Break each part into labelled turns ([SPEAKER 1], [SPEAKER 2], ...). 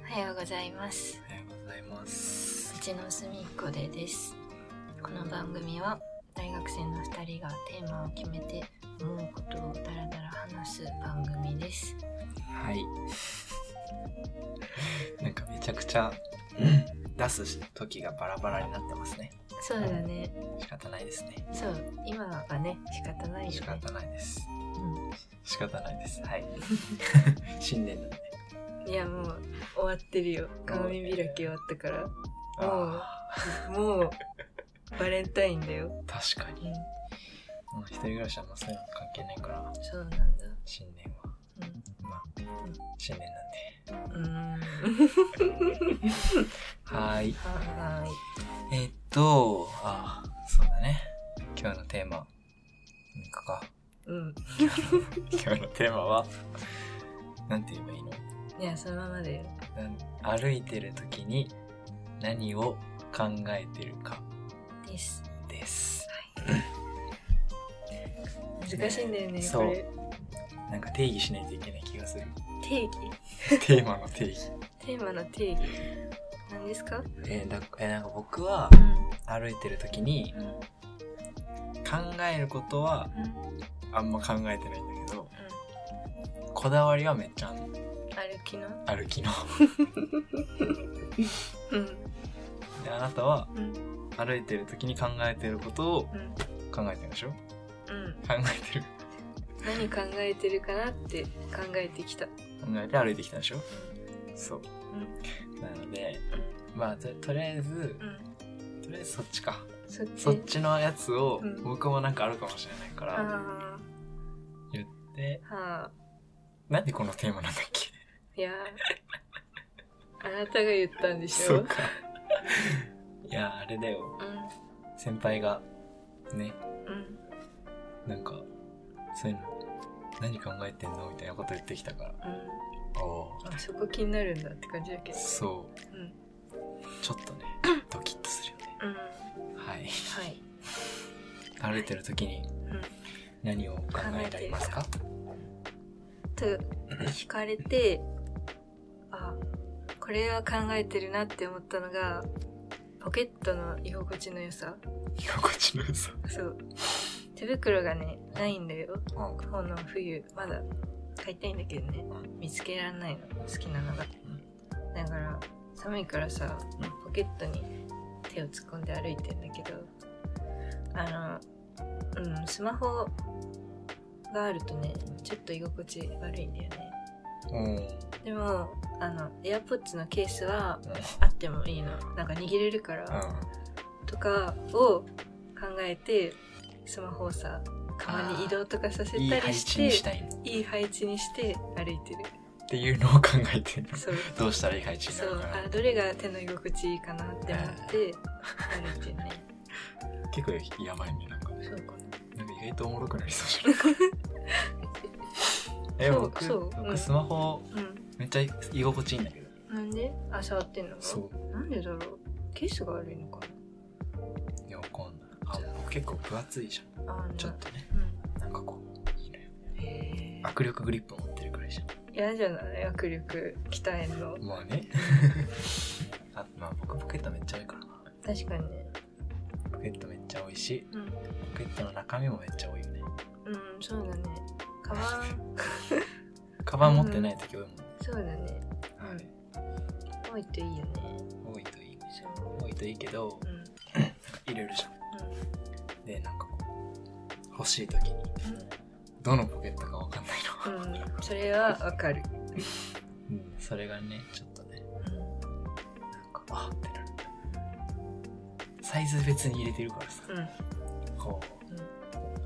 [SPEAKER 1] おはようございます
[SPEAKER 2] おはようございます
[SPEAKER 1] うちのすみっこでですこの番組は大学生の2人がテーマを決めて思うことをダラダラ話す番組です
[SPEAKER 2] はい なんかめちゃくちゃうん出す時がバラバラになってますね
[SPEAKER 1] そうだね
[SPEAKER 2] 仕方ないですね
[SPEAKER 1] そう今はね仕方ないよね
[SPEAKER 2] 仕方ないです
[SPEAKER 1] う
[SPEAKER 2] 仕方ないです はい新年なんで
[SPEAKER 1] んいやもう終わってるよ鏡開き終わったから
[SPEAKER 2] あ
[SPEAKER 1] も うバレンタインだよ、
[SPEAKER 2] あ確かにまあ一人暮らしはまあそういうの関係ないから
[SPEAKER 1] そうなんだ
[SPEAKER 2] 新年はまあ
[SPEAKER 1] ん
[SPEAKER 2] 新年なんで
[SPEAKER 1] うん
[SPEAKER 2] はーい
[SPEAKER 1] はーい
[SPEAKER 2] えーっとああそうだね今日のテーマなんかか
[SPEAKER 1] うん
[SPEAKER 2] 今日のテーマはなんて言えばいいの
[SPEAKER 1] いやそのままで
[SPEAKER 2] なん歩いてる時に何を考えてるか
[SPEAKER 1] です
[SPEAKER 2] です
[SPEAKER 1] 難しいんだよね
[SPEAKER 2] そ
[SPEAKER 1] こ
[SPEAKER 2] う
[SPEAKER 1] れ
[SPEAKER 2] なんか定義しないといけない気が する
[SPEAKER 1] 定義
[SPEAKER 2] テーマの定義
[SPEAKER 1] テーマの定義何ですか
[SPEAKER 2] えーだえーなんか僕は
[SPEAKER 1] う
[SPEAKER 2] 歩いてる時に
[SPEAKER 1] んうん
[SPEAKER 2] 考えることは
[SPEAKER 1] うん
[SPEAKER 2] あんま考えてないんだけどこだわりはめっちゃあんの
[SPEAKER 1] 歩きの
[SPEAKER 2] 歩きの
[SPEAKER 1] うん
[SPEAKER 2] であなたは
[SPEAKER 1] うん
[SPEAKER 2] 歩いてる時に考えてることを
[SPEAKER 1] うん
[SPEAKER 2] 考えてるでしょ
[SPEAKER 1] うん
[SPEAKER 2] 考えてる
[SPEAKER 1] 何考えてるかなって考えてきた
[SPEAKER 2] 考えて歩いてきたでしょそう、なのでまあととりあえず
[SPEAKER 1] うん
[SPEAKER 2] とりあえずそっちか
[SPEAKER 1] そっち
[SPEAKER 2] そっちのやつを
[SPEAKER 1] うん
[SPEAKER 2] 僕もなんかあるかもしれないか
[SPEAKER 1] あ
[SPEAKER 2] ら
[SPEAKER 1] あ
[SPEAKER 2] 言って、
[SPEAKER 1] はあ
[SPEAKER 2] なんでこのテーマなんだっけ
[SPEAKER 1] いやーあなたが言ったんでし
[SPEAKER 2] そ
[SPEAKER 1] ょ
[SPEAKER 2] うかいやあれだよ
[SPEAKER 1] う
[SPEAKER 2] 先輩がね
[SPEAKER 1] んうん
[SPEAKER 2] なんかそういうの何考えてんのみたいなこと言ってきたから
[SPEAKER 1] う
[SPEAKER 2] おお
[SPEAKER 1] んあそこ気になるんだって感じだけど
[SPEAKER 2] そう
[SPEAKER 1] うん
[SPEAKER 2] ちょっとねドキッとするよね
[SPEAKER 1] うんは
[SPEAKER 2] はい
[SPEAKER 1] い、
[SPEAKER 2] 歩いてる時に
[SPEAKER 1] うん、
[SPEAKER 2] 何を考えられますか
[SPEAKER 1] と聞かれてあこれは考えてるなって思ったのがポケットの居心地の良さ
[SPEAKER 2] 居心地の良さ
[SPEAKER 1] そう手袋がねないんだよ
[SPEAKER 2] うん
[SPEAKER 1] この冬まだ買いたいんだけどね見つけられないの好きなのがだから寒いからさ
[SPEAKER 2] うん
[SPEAKER 1] ポケットに手を突っ込んで歩いてんだけどあのうんスマホがあるとねちょっと居心地悪いんだよね
[SPEAKER 2] うん
[SPEAKER 1] でもあの AirPods のケースは
[SPEAKER 2] うん
[SPEAKER 1] あってもいいのなんか握れるからとかを考えてスマホをさかまに移動とかさせ
[SPEAKER 2] いい
[SPEAKER 1] た
[SPEAKER 2] 配
[SPEAKER 1] り
[SPEAKER 2] 置にし
[SPEAKER 1] して
[SPEAKER 2] たいのっ
[SPEAKER 1] いい配置にして歩いてる
[SPEAKER 2] ていうのを考えてるの
[SPEAKER 1] そう
[SPEAKER 2] どうしたらいい配置にな
[SPEAKER 1] そ
[SPEAKER 2] る
[SPEAKER 1] う
[SPEAKER 2] かな
[SPEAKER 1] あどれが手の居心地いいかなって思って歩いてるね
[SPEAKER 2] 結構やばいねなんか
[SPEAKER 1] そうか
[SPEAKER 2] なんか意外とおもろくなりそうじ ゃないえ
[SPEAKER 1] そう
[SPEAKER 2] 僕
[SPEAKER 1] そうう
[SPEAKER 2] 僕
[SPEAKER 1] ん
[SPEAKER 2] スマホ
[SPEAKER 1] なうん
[SPEAKER 2] めっちゃ居心地いいんだけど
[SPEAKER 1] なんであ触ってんの
[SPEAKER 2] そう
[SPEAKER 1] なんでだろうケースが悪いのか
[SPEAKER 2] いやわかんないあ僕結構分厚いじゃ
[SPEAKER 1] なあー
[SPEAKER 2] んちょっ
[SPEAKER 1] な
[SPEAKER 2] とね
[SPEAKER 1] うん
[SPEAKER 2] なんかこういいのよ
[SPEAKER 1] へ
[SPEAKER 2] 握力グリップ持ってるくらいじゃ
[SPEAKER 1] え嫌じゃない握力鍛えんの
[SPEAKER 2] んまあね あまあ僕ポケットめっちゃ多いからな
[SPEAKER 1] 確かにね
[SPEAKER 2] ポケットめっちゃ多いし
[SPEAKER 1] うん
[SPEAKER 2] ポケットの中身もめっちゃ多いよね
[SPEAKER 1] うん、そうだね。カバン、
[SPEAKER 2] カバン持ってない時多いもんね、
[SPEAKER 1] そうだね。うん
[SPEAKER 2] はい
[SPEAKER 1] 多いといいよね。
[SPEAKER 2] 多いといい
[SPEAKER 1] そう。
[SPEAKER 2] 多いといいけど
[SPEAKER 1] うん。
[SPEAKER 2] 入れるじゃんでなんかこう欲しい時に
[SPEAKER 1] う
[SPEAKER 2] どのポケットかわかんないの、
[SPEAKER 1] ん。うん。それはわかる。
[SPEAKER 2] うんそれがねちょっとね
[SPEAKER 1] う
[SPEAKER 2] なんかあってなるサイズ別に入れてるからさ
[SPEAKER 1] ん。うん。
[SPEAKER 2] こう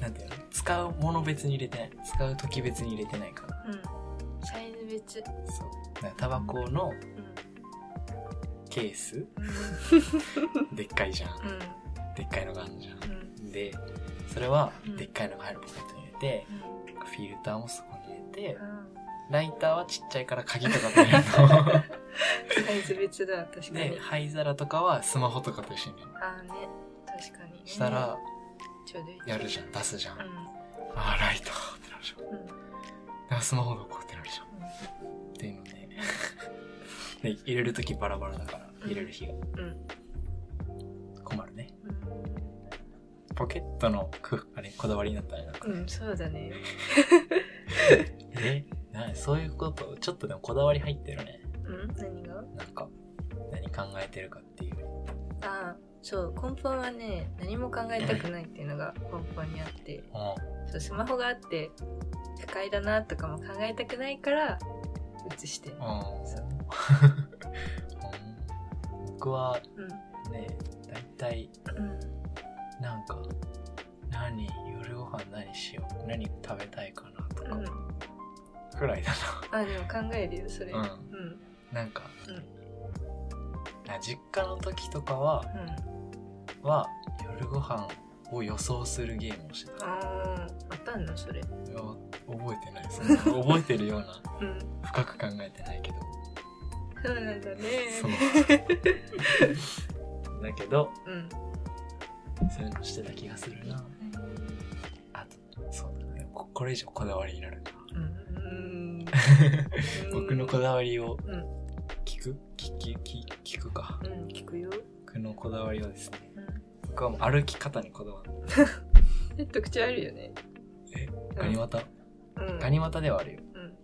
[SPEAKER 2] なんていうの使うもの別に入れてない使う時別に入れてないから
[SPEAKER 1] うん。サイズ別。
[SPEAKER 2] そうだからタバコの
[SPEAKER 1] うん。
[SPEAKER 2] ケースでっかいじゃん
[SPEAKER 1] うん。
[SPEAKER 2] でっかいのがあるじゃ
[SPEAKER 1] うん。
[SPEAKER 2] んでそれは
[SPEAKER 1] うん
[SPEAKER 2] でっかいのが入るポケットに入れてフィルターもそこに入れて
[SPEAKER 1] うん。
[SPEAKER 2] ライターはちっちゃいから鍵とかと入れ るの
[SPEAKER 1] サイズ別だ、確か
[SPEAKER 2] で
[SPEAKER 1] に。
[SPEAKER 2] 灰皿とかはスマホとかと一緒に
[SPEAKER 1] ああね。確かにね。
[SPEAKER 2] したら、
[SPEAKER 1] ちょうどいい。
[SPEAKER 2] やるじゃん出すじゃん、
[SPEAKER 1] う
[SPEAKER 2] あ
[SPEAKER 1] ん。
[SPEAKER 2] あーライトってなるじゃんだ
[SPEAKER 1] うん。
[SPEAKER 2] からスマホがこうってなるじゃんっていうのでね入れる時バラバラだから
[SPEAKER 1] うん
[SPEAKER 2] 入れる日が
[SPEAKER 1] うん
[SPEAKER 2] 困るねポケットのくあれこだわりになったねなんか
[SPEAKER 1] うん、うん、そうだね
[SPEAKER 2] えなそういうことちょっとでもこだわり入ってるね
[SPEAKER 1] うん何が
[SPEAKER 2] なんか何考えてるかっていう
[SPEAKER 1] ああそう根本はね何も考えたくないっていうのが根本にあって
[SPEAKER 2] あ
[SPEAKER 1] そうスマホがあって不快だなとかも考えたくないから写してる
[SPEAKER 2] あ
[SPEAKER 1] そう
[SPEAKER 2] 僕は
[SPEAKER 1] うん
[SPEAKER 2] ね大体
[SPEAKER 1] うん
[SPEAKER 2] なんか何夜ご飯何しよう何食べたいかなとか
[SPEAKER 1] うん
[SPEAKER 2] くらいだ
[SPEAKER 1] あでも考えるよそれ
[SPEAKER 2] な、うん、
[SPEAKER 1] うん
[SPEAKER 2] なんか、
[SPEAKER 1] う
[SPEAKER 2] あ実家の時とかは
[SPEAKER 1] うん
[SPEAKER 2] は夜ご飯を予想するゲームをしてたい
[SPEAKER 1] あーあったんのそれ
[SPEAKER 2] や覚えてない そんな覚えてるような
[SPEAKER 1] うん
[SPEAKER 2] 深く考えてないけど
[SPEAKER 1] そうなんだね
[SPEAKER 2] そうだけど
[SPEAKER 1] うん
[SPEAKER 2] そういうのしてた気がするなあとそうだねここれ以上こだわりになるな
[SPEAKER 1] うん
[SPEAKER 2] 僕のこだわりを
[SPEAKER 1] うん
[SPEAKER 2] 聞く、聞き聞聞くか
[SPEAKER 1] うん聞くよ、
[SPEAKER 2] 僕のこだわりはですね
[SPEAKER 1] うん、
[SPEAKER 2] 僕はもう歩き方にこだわる
[SPEAKER 1] え特徴あるよね
[SPEAKER 2] え
[SPEAKER 1] うん
[SPEAKER 2] ガニ股、
[SPEAKER 1] うん
[SPEAKER 2] ガニ股ではあるよ、
[SPEAKER 1] う
[SPEAKER 2] うん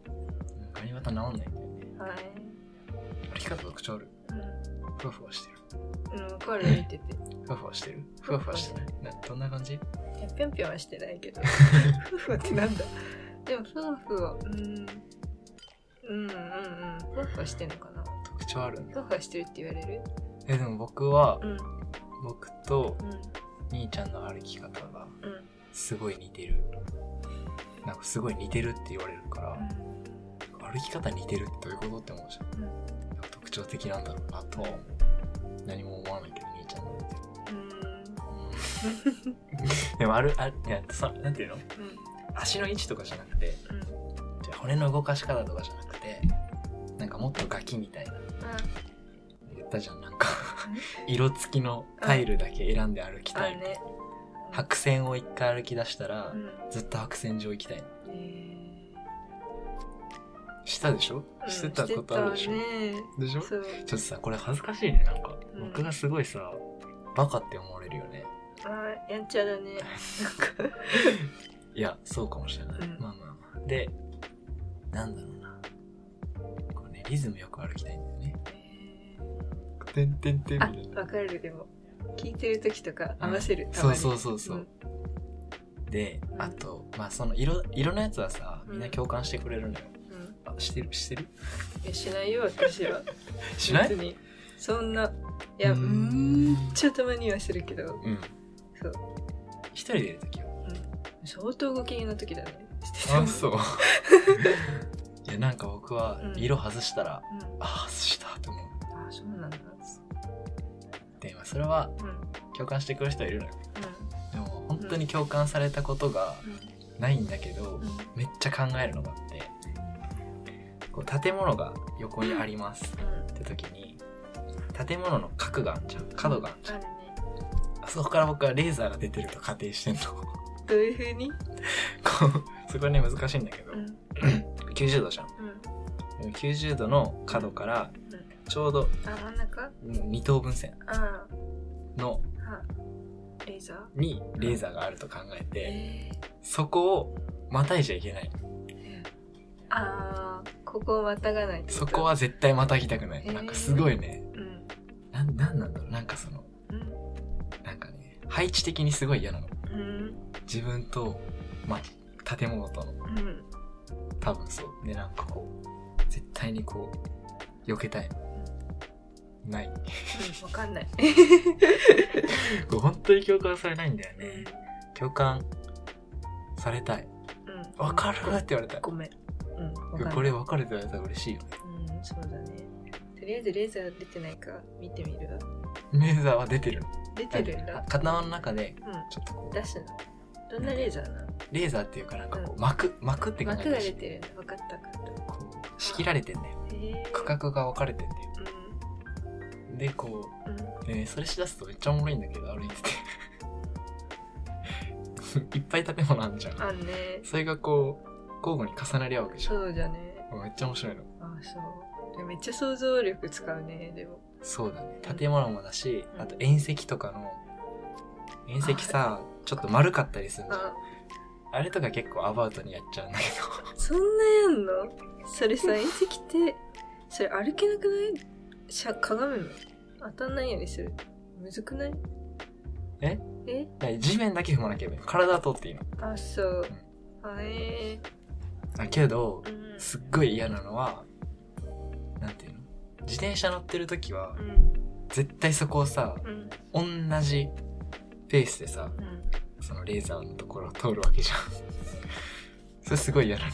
[SPEAKER 2] ガニ股治んないんだよね
[SPEAKER 1] んはい
[SPEAKER 2] 歩き方特徴ある
[SPEAKER 1] う
[SPEAKER 2] ふわふわしてる
[SPEAKER 1] ん、うん、これ見てて
[SPEAKER 2] ふわふわしてるふわふわしてないなどんな感じ
[SPEAKER 1] いやぴょんぴょんはしてないけどふわふわってなんだでもふわふわうんうんうんうんふわふわしてんのかな
[SPEAKER 2] 特徴あるん
[SPEAKER 1] ふ
[SPEAKER 2] だ
[SPEAKER 1] わふわしてるって言われる
[SPEAKER 2] えでも僕は
[SPEAKER 1] うん
[SPEAKER 2] 僕と
[SPEAKER 1] うん
[SPEAKER 2] 兄ちゃんの歩き方が
[SPEAKER 1] うん
[SPEAKER 2] すごい似てるなんかすごい似てるって言われるから、歩き方似てるってどういうことって思うじゃん、なんか特徴的なんだろうなとは思う何も思わないけど兄ちゃんのって、うん、 でもあるあいやそなんていうの
[SPEAKER 1] うんうん
[SPEAKER 2] 足の位置とかじゃなくて
[SPEAKER 1] うん
[SPEAKER 2] じゃあ骨の動かし方とかじゃなくてなんかもっとガキみたいな
[SPEAKER 1] あ
[SPEAKER 2] 言ったじゃんなんか色付きのタイルだけ選んで歩き
[SPEAKER 1] あ
[SPEAKER 2] たい、
[SPEAKER 1] るね
[SPEAKER 2] 白線を一回歩き出したら、
[SPEAKER 1] うん
[SPEAKER 2] ずっと白線上行きたい
[SPEAKER 1] え
[SPEAKER 2] したでしょ
[SPEAKER 1] ー
[SPEAKER 2] してたことあるでしょ、
[SPEAKER 1] うんして
[SPEAKER 2] でしょ
[SPEAKER 1] たね
[SPEAKER 2] ち
[SPEAKER 1] そう
[SPEAKER 2] ょっとさこれ恥ずかしいねなんか、
[SPEAKER 1] うん
[SPEAKER 2] 僕がすごいさバカって思われるよね
[SPEAKER 1] あーやんちゃだねなんか
[SPEAKER 2] いやそうかもしれない、
[SPEAKER 1] うん
[SPEAKER 2] まあまあまあでなんだろうなこうねリズムよく歩きたいんだよねてんてんてんみた
[SPEAKER 1] あ
[SPEAKER 2] いな
[SPEAKER 1] わかるでも聞いてる時とか合わせる、た
[SPEAKER 2] そ
[SPEAKER 1] ま
[SPEAKER 2] う
[SPEAKER 1] に
[SPEAKER 2] そうそうそう、で
[SPEAKER 1] うん
[SPEAKER 2] あとまあその色色のやつはさみんな共感してくれるのよ、
[SPEAKER 1] うん、うん
[SPEAKER 2] あしてるしてる
[SPEAKER 1] いやしないよ私は
[SPEAKER 2] しない
[SPEAKER 1] 別にそんないや
[SPEAKER 2] う
[SPEAKER 1] う
[SPEAKER 2] ーん
[SPEAKER 1] んちょっとたまにはするけど
[SPEAKER 2] うん
[SPEAKER 1] そう
[SPEAKER 2] 一人でいる時は
[SPEAKER 1] 相当ご機嫌の時だねしてても
[SPEAKER 2] あそういやなんか僕は
[SPEAKER 1] うん
[SPEAKER 2] 色外したら、
[SPEAKER 1] うん、
[SPEAKER 2] ああ外したと思う
[SPEAKER 1] あそうなんだ
[SPEAKER 2] でまあそれは
[SPEAKER 1] うんうん
[SPEAKER 2] 共感してくれる人はいるのよでも本当に共感されたことがないんだけど、
[SPEAKER 1] うん
[SPEAKER 2] めっちゃ考えるのがあってこう建物が横にあります
[SPEAKER 1] うん
[SPEAKER 2] って時に建物の角があんじゃん角があんじゃ
[SPEAKER 1] あ
[SPEAKER 2] ん
[SPEAKER 1] るね
[SPEAKER 2] あそこから僕はレーザーが出てると仮定してんの こ
[SPEAKER 1] どういう風に
[SPEAKER 2] うそこはね難しいんだけど、
[SPEAKER 1] うん
[SPEAKER 2] 90度じゃん
[SPEAKER 1] うん
[SPEAKER 2] でも90度の角からちょうど
[SPEAKER 1] あ真ん中
[SPEAKER 2] 2等分線
[SPEAKER 1] あ
[SPEAKER 2] の
[SPEAKER 1] あはレーザー
[SPEAKER 2] にレーザーがあると考えて
[SPEAKER 1] え
[SPEAKER 2] そこをまたいじゃいけない
[SPEAKER 1] ー、あーここをまたがないってと
[SPEAKER 2] そこは絶対またぎたくないなんかすごいね
[SPEAKER 1] うん
[SPEAKER 2] なんなんなんだろうなんかその
[SPEAKER 1] うん
[SPEAKER 2] なんかね配置的にすごい嫌なの
[SPEAKER 1] うん
[SPEAKER 2] 自分と、まあ、建物との
[SPEAKER 1] うん
[SPEAKER 2] 多分そうでなんかこう絶対にこう避けたいない
[SPEAKER 1] わかんない
[SPEAKER 2] これ 本当に共感されないんだよ
[SPEAKER 1] うん
[SPEAKER 2] ね共感されたい
[SPEAKER 1] うん
[SPEAKER 2] わかるって言われたい
[SPEAKER 1] ごめんうんわかんない
[SPEAKER 2] これ分かるって言われたら嬉しいよね
[SPEAKER 1] うんそうだねとりあえずレーザー出てないか見てみるわ
[SPEAKER 2] レーザーは出てる
[SPEAKER 1] 出てるんだ
[SPEAKER 2] 頭の中で
[SPEAKER 1] う
[SPEAKER 2] ちょっとこ
[SPEAKER 1] ん出すのどんなレーザーなの
[SPEAKER 2] うレーザーっていうかなんかこう膜膜って考え
[SPEAKER 1] 膜
[SPEAKER 2] た
[SPEAKER 1] が
[SPEAKER 2] ら
[SPEAKER 1] 出
[SPEAKER 2] して
[SPEAKER 1] るんだ分かった分かっ
[SPEAKER 2] こう仕切られてんだよ
[SPEAKER 1] たへえ
[SPEAKER 2] 区画が分かれてんだよ
[SPEAKER 1] う
[SPEAKER 2] でこ
[SPEAKER 1] んうん
[SPEAKER 2] うでねそれしだすとめっちゃおもろいんだけど歩いて ていっぱい建物あんじゃん
[SPEAKER 1] あんね
[SPEAKER 2] それがこう交互に重なり合うわけじゃん
[SPEAKER 1] そうじゃね
[SPEAKER 2] めっちゃ面白いの
[SPEAKER 1] あそうでめっちゃ想像力使うねでも
[SPEAKER 2] そうだね建物もだし、
[SPEAKER 1] うん
[SPEAKER 2] あと縁石とかの縁石さちょっと丸かったりするじゃん
[SPEAKER 1] あ
[SPEAKER 2] あれとか結構アバウトにやっちゃうんだけ
[SPEAKER 1] そんなやんのそれさ隕石ってそれ歩けなくないしゃかがむの当たんないようにするむずくない
[SPEAKER 2] え
[SPEAKER 1] え
[SPEAKER 2] どで地 面だけ踏まなきゃいけない体は通っていいの
[SPEAKER 1] あそうはえ
[SPEAKER 2] だけど
[SPEAKER 1] ー、うん
[SPEAKER 2] すっごい嫌なのはなんていうの自転車乗ってる時は
[SPEAKER 1] うん
[SPEAKER 2] 絶対そこをさ
[SPEAKER 1] うん
[SPEAKER 2] 同じペースでさ
[SPEAKER 1] うん
[SPEAKER 2] そのレーザーのところを通るわけじゃんそれすごい嫌なの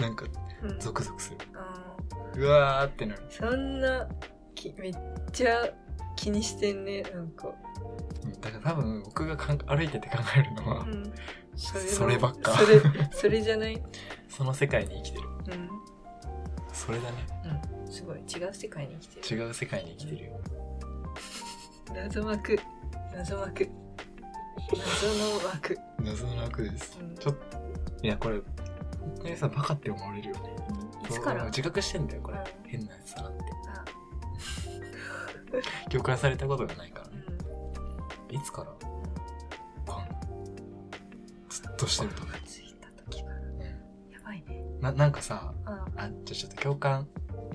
[SPEAKER 2] なんか
[SPEAKER 1] うん
[SPEAKER 2] ゾクゾクする
[SPEAKER 1] あ
[SPEAKER 2] うわーってなる
[SPEAKER 1] ーそんなきめっちゃ気にしてんねなんか、
[SPEAKER 2] うんだから多分僕がかん歩いてて考えるのは、
[SPEAKER 1] うん、その
[SPEAKER 2] そればっか
[SPEAKER 1] それそれじゃない
[SPEAKER 2] その世界に生きてる
[SPEAKER 1] う
[SPEAKER 2] それだね
[SPEAKER 1] んすごい違う世界に生きて
[SPEAKER 2] 違う世界に生きてるよ
[SPEAKER 1] る謎枠謎枠謎の枠
[SPEAKER 2] 謎の楽です、
[SPEAKER 1] うん
[SPEAKER 2] ちょっといやこれ本当にさバカって思われるよね
[SPEAKER 1] いつから
[SPEAKER 2] 俺も自覚してんだよこれ、
[SPEAKER 1] うん
[SPEAKER 2] 変なやつだなって
[SPEAKER 1] あ
[SPEAKER 2] 共感されたことがないから
[SPEAKER 1] う
[SPEAKER 2] ね
[SPEAKER 1] ん
[SPEAKER 2] いつからわかんないずっとしてるとね、
[SPEAKER 1] ついた時から
[SPEAKER 2] う
[SPEAKER 1] やばいね
[SPEAKER 2] ん、ななんかさ
[SPEAKER 1] あ
[SPEAKER 2] あじゃあちょっと共感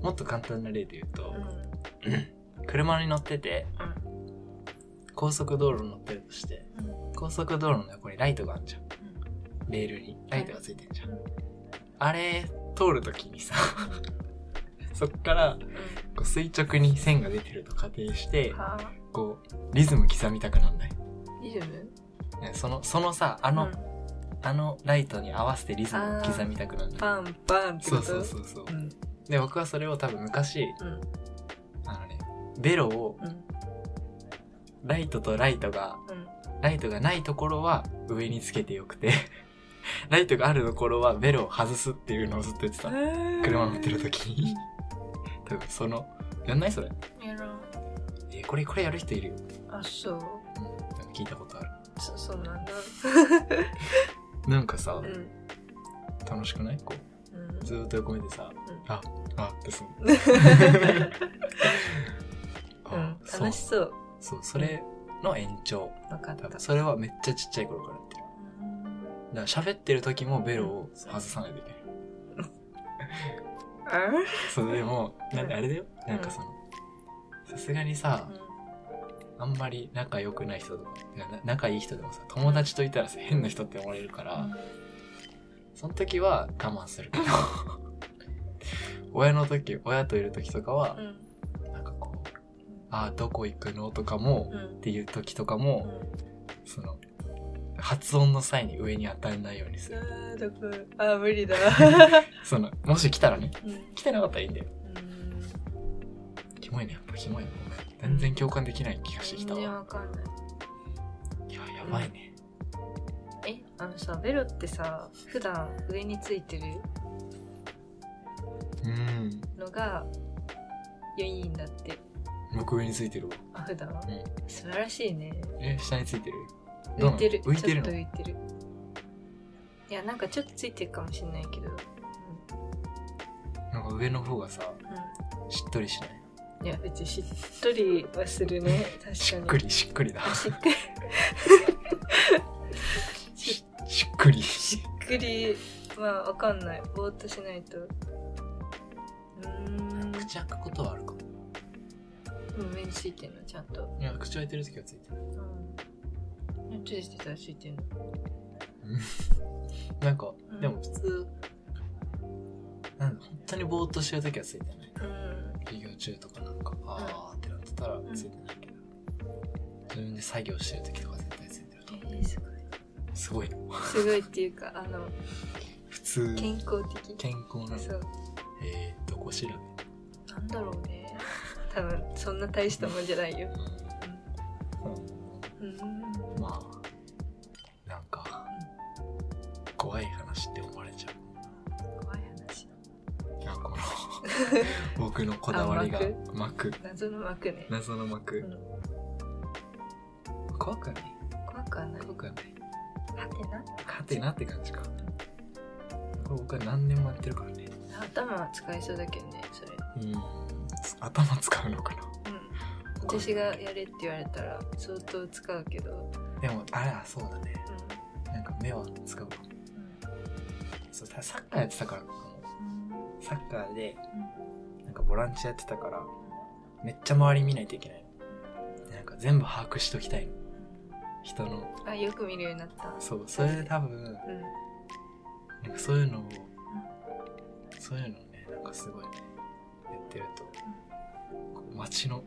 [SPEAKER 2] もっと簡単な例で言うと
[SPEAKER 1] う、ん
[SPEAKER 2] 車に乗ってて
[SPEAKER 1] うん
[SPEAKER 2] 高速道路に乗ってるとして
[SPEAKER 1] うん
[SPEAKER 2] 高速道路の横にライトがあるじゃん
[SPEAKER 1] うん
[SPEAKER 2] レールにライトがついてんじゃん、
[SPEAKER 1] うん
[SPEAKER 2] あれ通るときにさ そっからこう垂直に線が出てると仮定して
[SPEAKER 1] はあ
[SPEAKER 2] こうリズム刻みたくなんない
[SPEAKER 1] リズム
[SPEAKER 2] ねそのそのさあの、
[SPEAKER 1] うん
[SPEAKER 2] あのライトに合わせてリズムを刻みたくなんない
[SPEAKER 1] パンパンってこ
[SPEAKER 2] そ
[SPEAKER 1] と
[SPEAKER 2] うそうそうそう
[SPEAKER 1] うん
[SPEAKER 2] で僕はそれを多分昔
[SPEAKER 1] うん
[SPEAKER 2] あのねベロを
[SPEAKER 1] うん
[SPEAKER 2] ライトとライトが
[SPEAKER 1] うん
[SPEAKER 2] ライトがないところは上につけてよくて ライトがあるところはベロを外すっていうのをずっと言ってた車乗ってる時に多分そのやんないそれ
[SPEAKER 1] やろう
[SPEAKER 2] えーこれこれやる人いるよ、
[SPEAKER 1] あそう
[SPEAKER 2] うん、なんか聞いたことある
[SPEAKER 1] そそうなんだ
[SPEAKER 2] なんかさ、
[SPEAKER 1] うん
[SPEAKER 2] 楽しくないこう
[SPEAKER 1] うん
[SPEAKER 2] ずーっと横見てさ、
[SPEAKER 1] ん
[SPEAKER 2] ああっ てすんあ
[SPEAKER 1] うん
[SPEAKER 2] そう
[SPEAKER 1] 楽しそう
[SPEAKER 2] そうそれの延長
[SPEAKER 1] 分かっ
[SPEAKER 2] 多
[SPEAKER 1] た
[SPEAKER 2] 分それはめっちゃちっちゃい頃からやってる
[SPEAKER 1] うん
[SPEAKER 2] だから喋ってる時もベロを外さないといけない
[SPEAKER 1] あ
[SPEAKER 2] そうでもなんかあれだよ
[SPEAKER 1] うん
[SPEAKER 2] なんかそのさすがにさ
[SPEAKER 1] うん
[SPEAKER 2] あんまり仲良くない人とかいやな仲いい人でもさ友達といたらさ変な人って思われるから、その時は我慢するけど 親の時親といる時とかは
[SPEAKER 1] う、ん
[SPEAKER 2] なんかこう「ああどこ行くの?」とかも、
[SPEAKER 1] うんう
[SPEAKER 2] っ
[SPEAKER 1] ん
[SPEAKER 2] ていう時とかも、その発音の際に上に当たらないようにす
[SPEAKER 1] あー
[SPEAKER 2] る
[SPEAKER 1] 毒あー無理だ
[SPEAKER 2] そのもし来たらね
[SPEAKER 1] うん
[SPEAKER 2] 来てなかったらいいんだよ
[SPEAKER 1] うん
[SPEAKER 2] キモいねやっぱキモいね全然共感できない気がしてき
[SPEAKER 1] 全
[SPEAKER 2] たわ、
[SPEAKER 1] 然わかんない
[SPEAKER 2] いややばいね、
[SPEAKER 1] えあのさベロってさ普段上についてる
[SPEAKER 2] うん
[SPEAKER 1] のがいやいいんだって
[SPEAKER 2] 僕上についてるわ
[SPEAKER 1] あ普段は、
[SPEAKER 2] うん
[SPEAKER 1] 素晴らしいね
[SPEAKER 2] え下についてるど
[SPEAKER 1] 浮
[SPEAKER 2] うないの
[SPEAKER 1] てる
[SPEAKER 2] 浮いてる
[SPEAKER 1] ちょっと
[SPEAKER 2] の
[SPEAKER 1] 浮いてるいやなんかちょっとついてるかもしれないけど、
[SPEAKER 2] なんか上の方がさ
[SPEAKER 1] う
[SPEAKER 2] しっとりしない
[SPEAKER 1] ん、いや別にしっとりはするね確かに
[SPEAKER 2] しっくりしっくりだ
[SPEAKER 1] あしっくり
[SPEAKER 2] ししっくり
[SPEAKER 1] しっくりまあわかんないぼーっとしないとうーん
[SPEAKER 2] 口開くことはあるかも
[SPEAKER 1] うん上についてんのちゃんと、
[SPEAKER 2] いや口開いてる時はついてる
[SPEAKER 1] うん、ついてたらついてんの
[SPEAKER 2] なんか、
[SPEAKER 1] うん
[SPEAKER 2] でも普通なんか本当にぼーっとしてる時はついてない
[SPEAKER 1] うん
[SPEAKER 2] 授業中とかなんかあーってなってたらついてないけど、自分で作業してる時とか絶対ついてると思
[SPEAKER 1] えーすごいう
[SPEAKER 2] すごいな
[SPEAKER 1] すごいっていうかあの
[SPEAKER 2] 普通
[SPEAKER 1] 健康的
[SPEAKER 2] 健康なの
[SPEAKER 1] そう
[SPEAKER 2] えー、どこ調べ
[SPEAKER 1] なんだろうね多分そんな大したもんじゃないようん
[SPEAKER 2] うんまあなんか怖い話って思われちゃ
[SPEAKER 1] 怖い話
[SPEAKER 2] うなんか この僕のこだわりが
[SPEAKER 1] あ
[SPEAKER 2] 幕
[SPEAKER 1] 謎の枠ね、
[SPEAKER 2] 謎の
[SPEAKER 1] う
[SPEAKER 2] 幕
[SPEAKER 1] ん、
[SPEAKER 2] 怖くはない
[SPEAKER 1] 怖くはない
[SPEAKER 2] 怖くはない
[SPEAKER 1] はてな
[SPEAKER 2] 勝てなって感じかこれ僕は何年もやってるからね
[SPEAKER 1] あ頭は使いそうだけどねそれ、
[SPEAKER 2] うん頭使うのかな
[SPEAKER 1] うん、私がやれって言われたら相当使うけど、
[SPEAKER 2] でもあらそうだねなんか目は使うかもそうササッカーやってたからかもサッカーでなんかボランチやってたからめっちゃ周り見ないといけないなんか全部把握しときたいの人の
[SPEAKER 1] あよく見るようになった
[SPEAKER 2] そうそれで多分
[SPEAKER 1] うん
[SPEAKER 2] なんかそういうのを、そういうのをね、なんかすごいね、やってると、こう街の、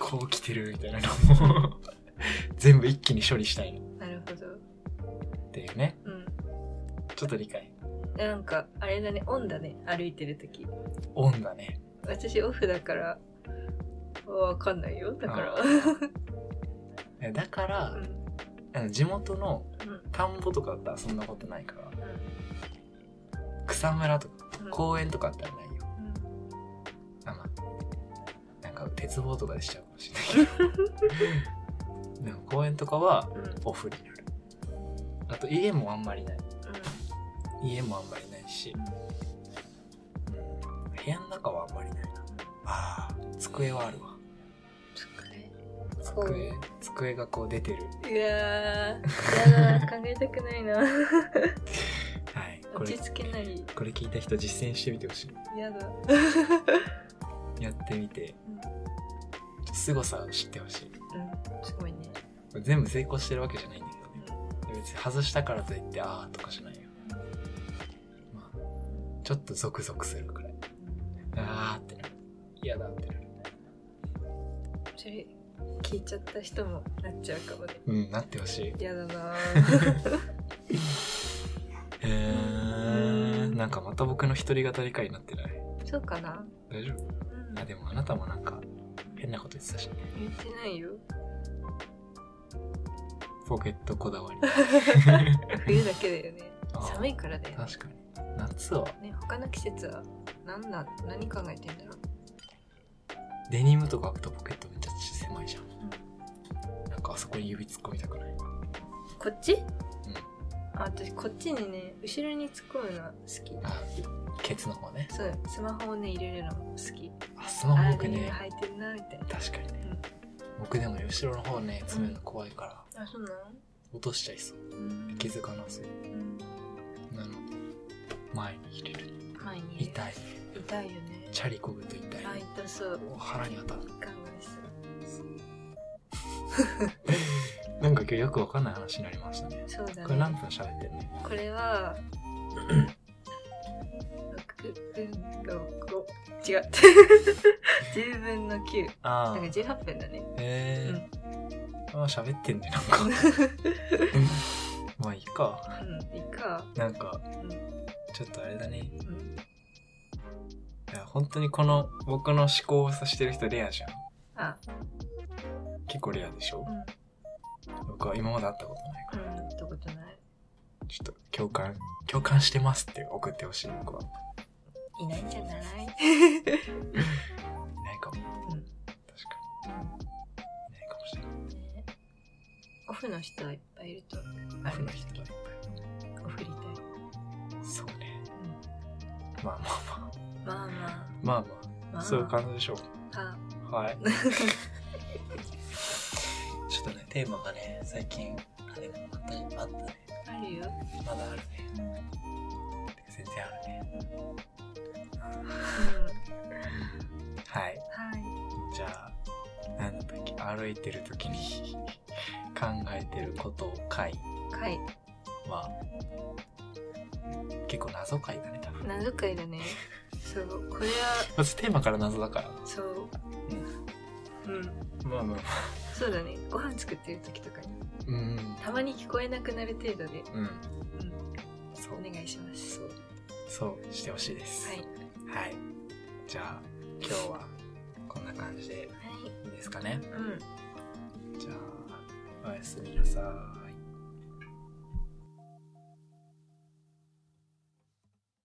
[SPEAKER 2] こう来てるみたいなの を、全部一気に処理したいなっ
[SPEAKER 1] なるほど
[SPEAKER 2] ていうね、
[SPEAKER 1] うん
[SPEAKER 2] ちょっと理解。
[SPEAKER 1] なんかあれだねオンだね歩いてる時
[SPEAKER 2] オンだね。
[SPEAKER 1] 私オフだからわかんないよだから
[SPEAKER 2] あえだから
[SPEAKER 1] う、ん
[SPEAKER 2] あの地元の
[SPEAKER 1] うん
[SPEAKER 2] 田んぼとかだったらそんなことないから、
[SPEAKER 1] う
[SPEAKER 2] 草むらとか、
[SPEAKER 1] ん
[SPEAKER 2] 公園とかあったらないよ。
[SPEAKER 1] うん
[SPEAKER 2] あ、まあ、なんか鉄棒とかでしちゃうかもしれないけど。でも公園とかは
[SPEAKER 1] うんうん
[SPEAKER 2] オフになる。あと家もあんまりない。家もあんまりないし、うん、部屋の中はあんまりないなあー机はあるわ
[SPEAKER 1] こう
[SPEAKER 2] 机机がこう出てる
[SPEAKER 1] いやーやだ考えたくないな
[SPEAKER 2] はいこ
[SPEAKER 1] 落
[SPEAKER 2] れ
[SPEAKER 1] ち着けない
[SPEAKER 2] これ聞いた人実践してみてほし
[SPEAKER 1] やだ
[SPEAKER 2] いやってみて凄さを知ってほし
[SPEAKER 1] う
[SPEAKER 2] い
[SPEAKER 1] んすごいね
[SPEAKER 2] これ全部成功してるわけじゃないんだけどね別に外したからといってああとかじゃないよまあちょっとゾクゾクするくらいああってなる嫌だってなる
[SPEAKER 1] それ聞いちゃった人もなっちゃうかもね
[SPEAKER 2] うんなってほしい
[SPEAKER 1] やだなー
[SPEAKER 2] えー、なんかまた僕の一人語り会になってない
[SPEAKER 1] そうかな
[SPEAKER 2] 大丈夫
[SPEAKER 1] うん
[SPEAKER 2] あでもあなたもなんか変なこと言ってたしね
[SPEAKER 1] 言ってないよ
[SPEAKER 2] ポケットこだ わり
[SPEAKER 1] 冬だけだよね
[SPEAKER 2] あー
[SPEAKER 1] 寒いからだよね
[SPEAKER 2] 確かに夏は
[SPEAKER 1] ね他の季節は何だ何考えてんだろう
[SPEAKER 2] デニムとか履くとポケットめっちゃ狭いじゃん、なんかあそこに指突っ込みたくない
[SPEAKER 1] こっち、あ私こっちにね後ろに突っ込むのは好き
[SPEAKER 2] あケツの方ね
[SPEAKER 1] そうスマホをね入れるのも好き
[SPEAKER 2] あスマホ僕
[SPEAKER 1] あれ
[SPEAKER 2] ね
[SPEAKER 1] 履いてるなみたい
[SPEAKER 2] 確かにね、僕でも後ろの方ね詰めるの怖いから
[SPEAKER 1] なあそうなの
[SPEAKER 2] 落としちゃいそう
[SPEAKER 1] うん
[SPEAKER 2] 気づかなそう
[SPEAKER 1] うん
[SPEAKER 2] なので前に入れる
[SPEAKER 1] 前にい
[SPEAKER 2] 痛い
[SPEAKER 1] 痛いよね
[SPEAKER 2] チャリこぐと痛い、
[SPEAKER 1] あ痛そう
[SPEAKER 2] お腹に当たる
[SPEAKER 1] 我慢し
[SPEAKER 2] なんか今日よくわかんない話になりましたね
[SPEAKER 1] そうそうだ
[SPEAKER 2] これ
[SPEAKER 1] ね
[SPEAKER 2] 何分喋ってんの
[SPEAKER 1] これは6分の5違う 10分の9
[SPEAKER 2] あ
[SPEAKER 1] なんか18分だね
[SPEAKER 2] へえー。ああ、喋ってんね、なんか。 まあいいか。
[SPEAKER 1] うんいいか
[SPEAKER 2] なんか、
[SPEAKER 1] うん
[SPEAKER 2] ちょっとあれだね。い
[SPEAKER 1] うん
[SPEAKER 2] や、本当にこの、僕の思考をさしてる人レアじゃん。
[SPEAKER 1] あ
[SPEAKER 2] 結構レアでしょ
[SPEAKER 1] うん
[SPEAKER 2] 僕は今まで会ったことないか
[SPEAKER 1] う
[SPEAKER 2] ら。
[SPEAKER 1] んってことない
[SPEAKER 2] ちょっと共感、共感してますって送ってほしい、僕は。
[SPEAKER 1] いないんじゃない
[SPEAKER 2] いないか
[SPEAKER 1] うん
[SPEAKER 2] も。確かに。いないかもしれない。
[SPEAKER 1] ねオフの人はいっぱいいると
[SPEAKER 2] オ
[SPEAKER 1] あ
[SPEAKER 2] フ
[SPEAKER 1] る
[SPEAKER 2] の人がいっぱ
[SPEAKER 1] オフリたい
[SPEAKER 2] い。そうね。まあまあまあ。
[SPEAKER 1] まあま
[SPEAKER 2] まあ
[SPEAKER 1] あ
[SPEAKER 2] ま
[SPEAKER 1] ま
[SPEAKER 2] あ。
[SPEAKER 1] あ
[SPEAKER 2] そういう感じでしょう。
[SPEAKER 1] あ
[SPEAKER 2] はい。ちょっとね、テーマがね、最近、あれ、またあったね。
[SPEAKER 1] あるよ
[SPEAKER 2] まだあるね。全然あるね。
[SPEAKER 1] うん
[SPEAKER 2] はい。
[SPEAKER 1] はい
[SPEAKER 2] じゃあ、なんだったっけ、歩いてる時に 考えてることを回
[SPEAKER 1] 回
[SPEAKER 2] は、結構謎回だね、多分。
[SPEAKER 1] 謎回だねそうこれは
[SPEAKER 2] まずテーマから謎だから。
[SPEAKER 1] そううん
[SPEAKER 2] まあまあまあ。
[SPEAKER 1] そうだねご飯作ってる時とかに
[SPEAKER 2] うん。
[SPEAKER 1] たまに聞こえなくなる程度で
[SPEAKER 2] うん。
[SPEAKER 1] うん
[SPEAKER 2] そ
[SPEAKER 1] お
[SPEAKER 2] う。
[SPEAKER 1] 願いします
[SPEAKER 2] そう。そうしてほしいです。
[SPEAKER 1] はい。
[SPEAKER 2] はい。じゃあ、今日は、こんな感じで
[SPEAKER 1] はい
[SPEAKER 2] いいですかね。
[SPEAKER 1] うん
[SPEAKER 2] じゃあ、おやすみなさい。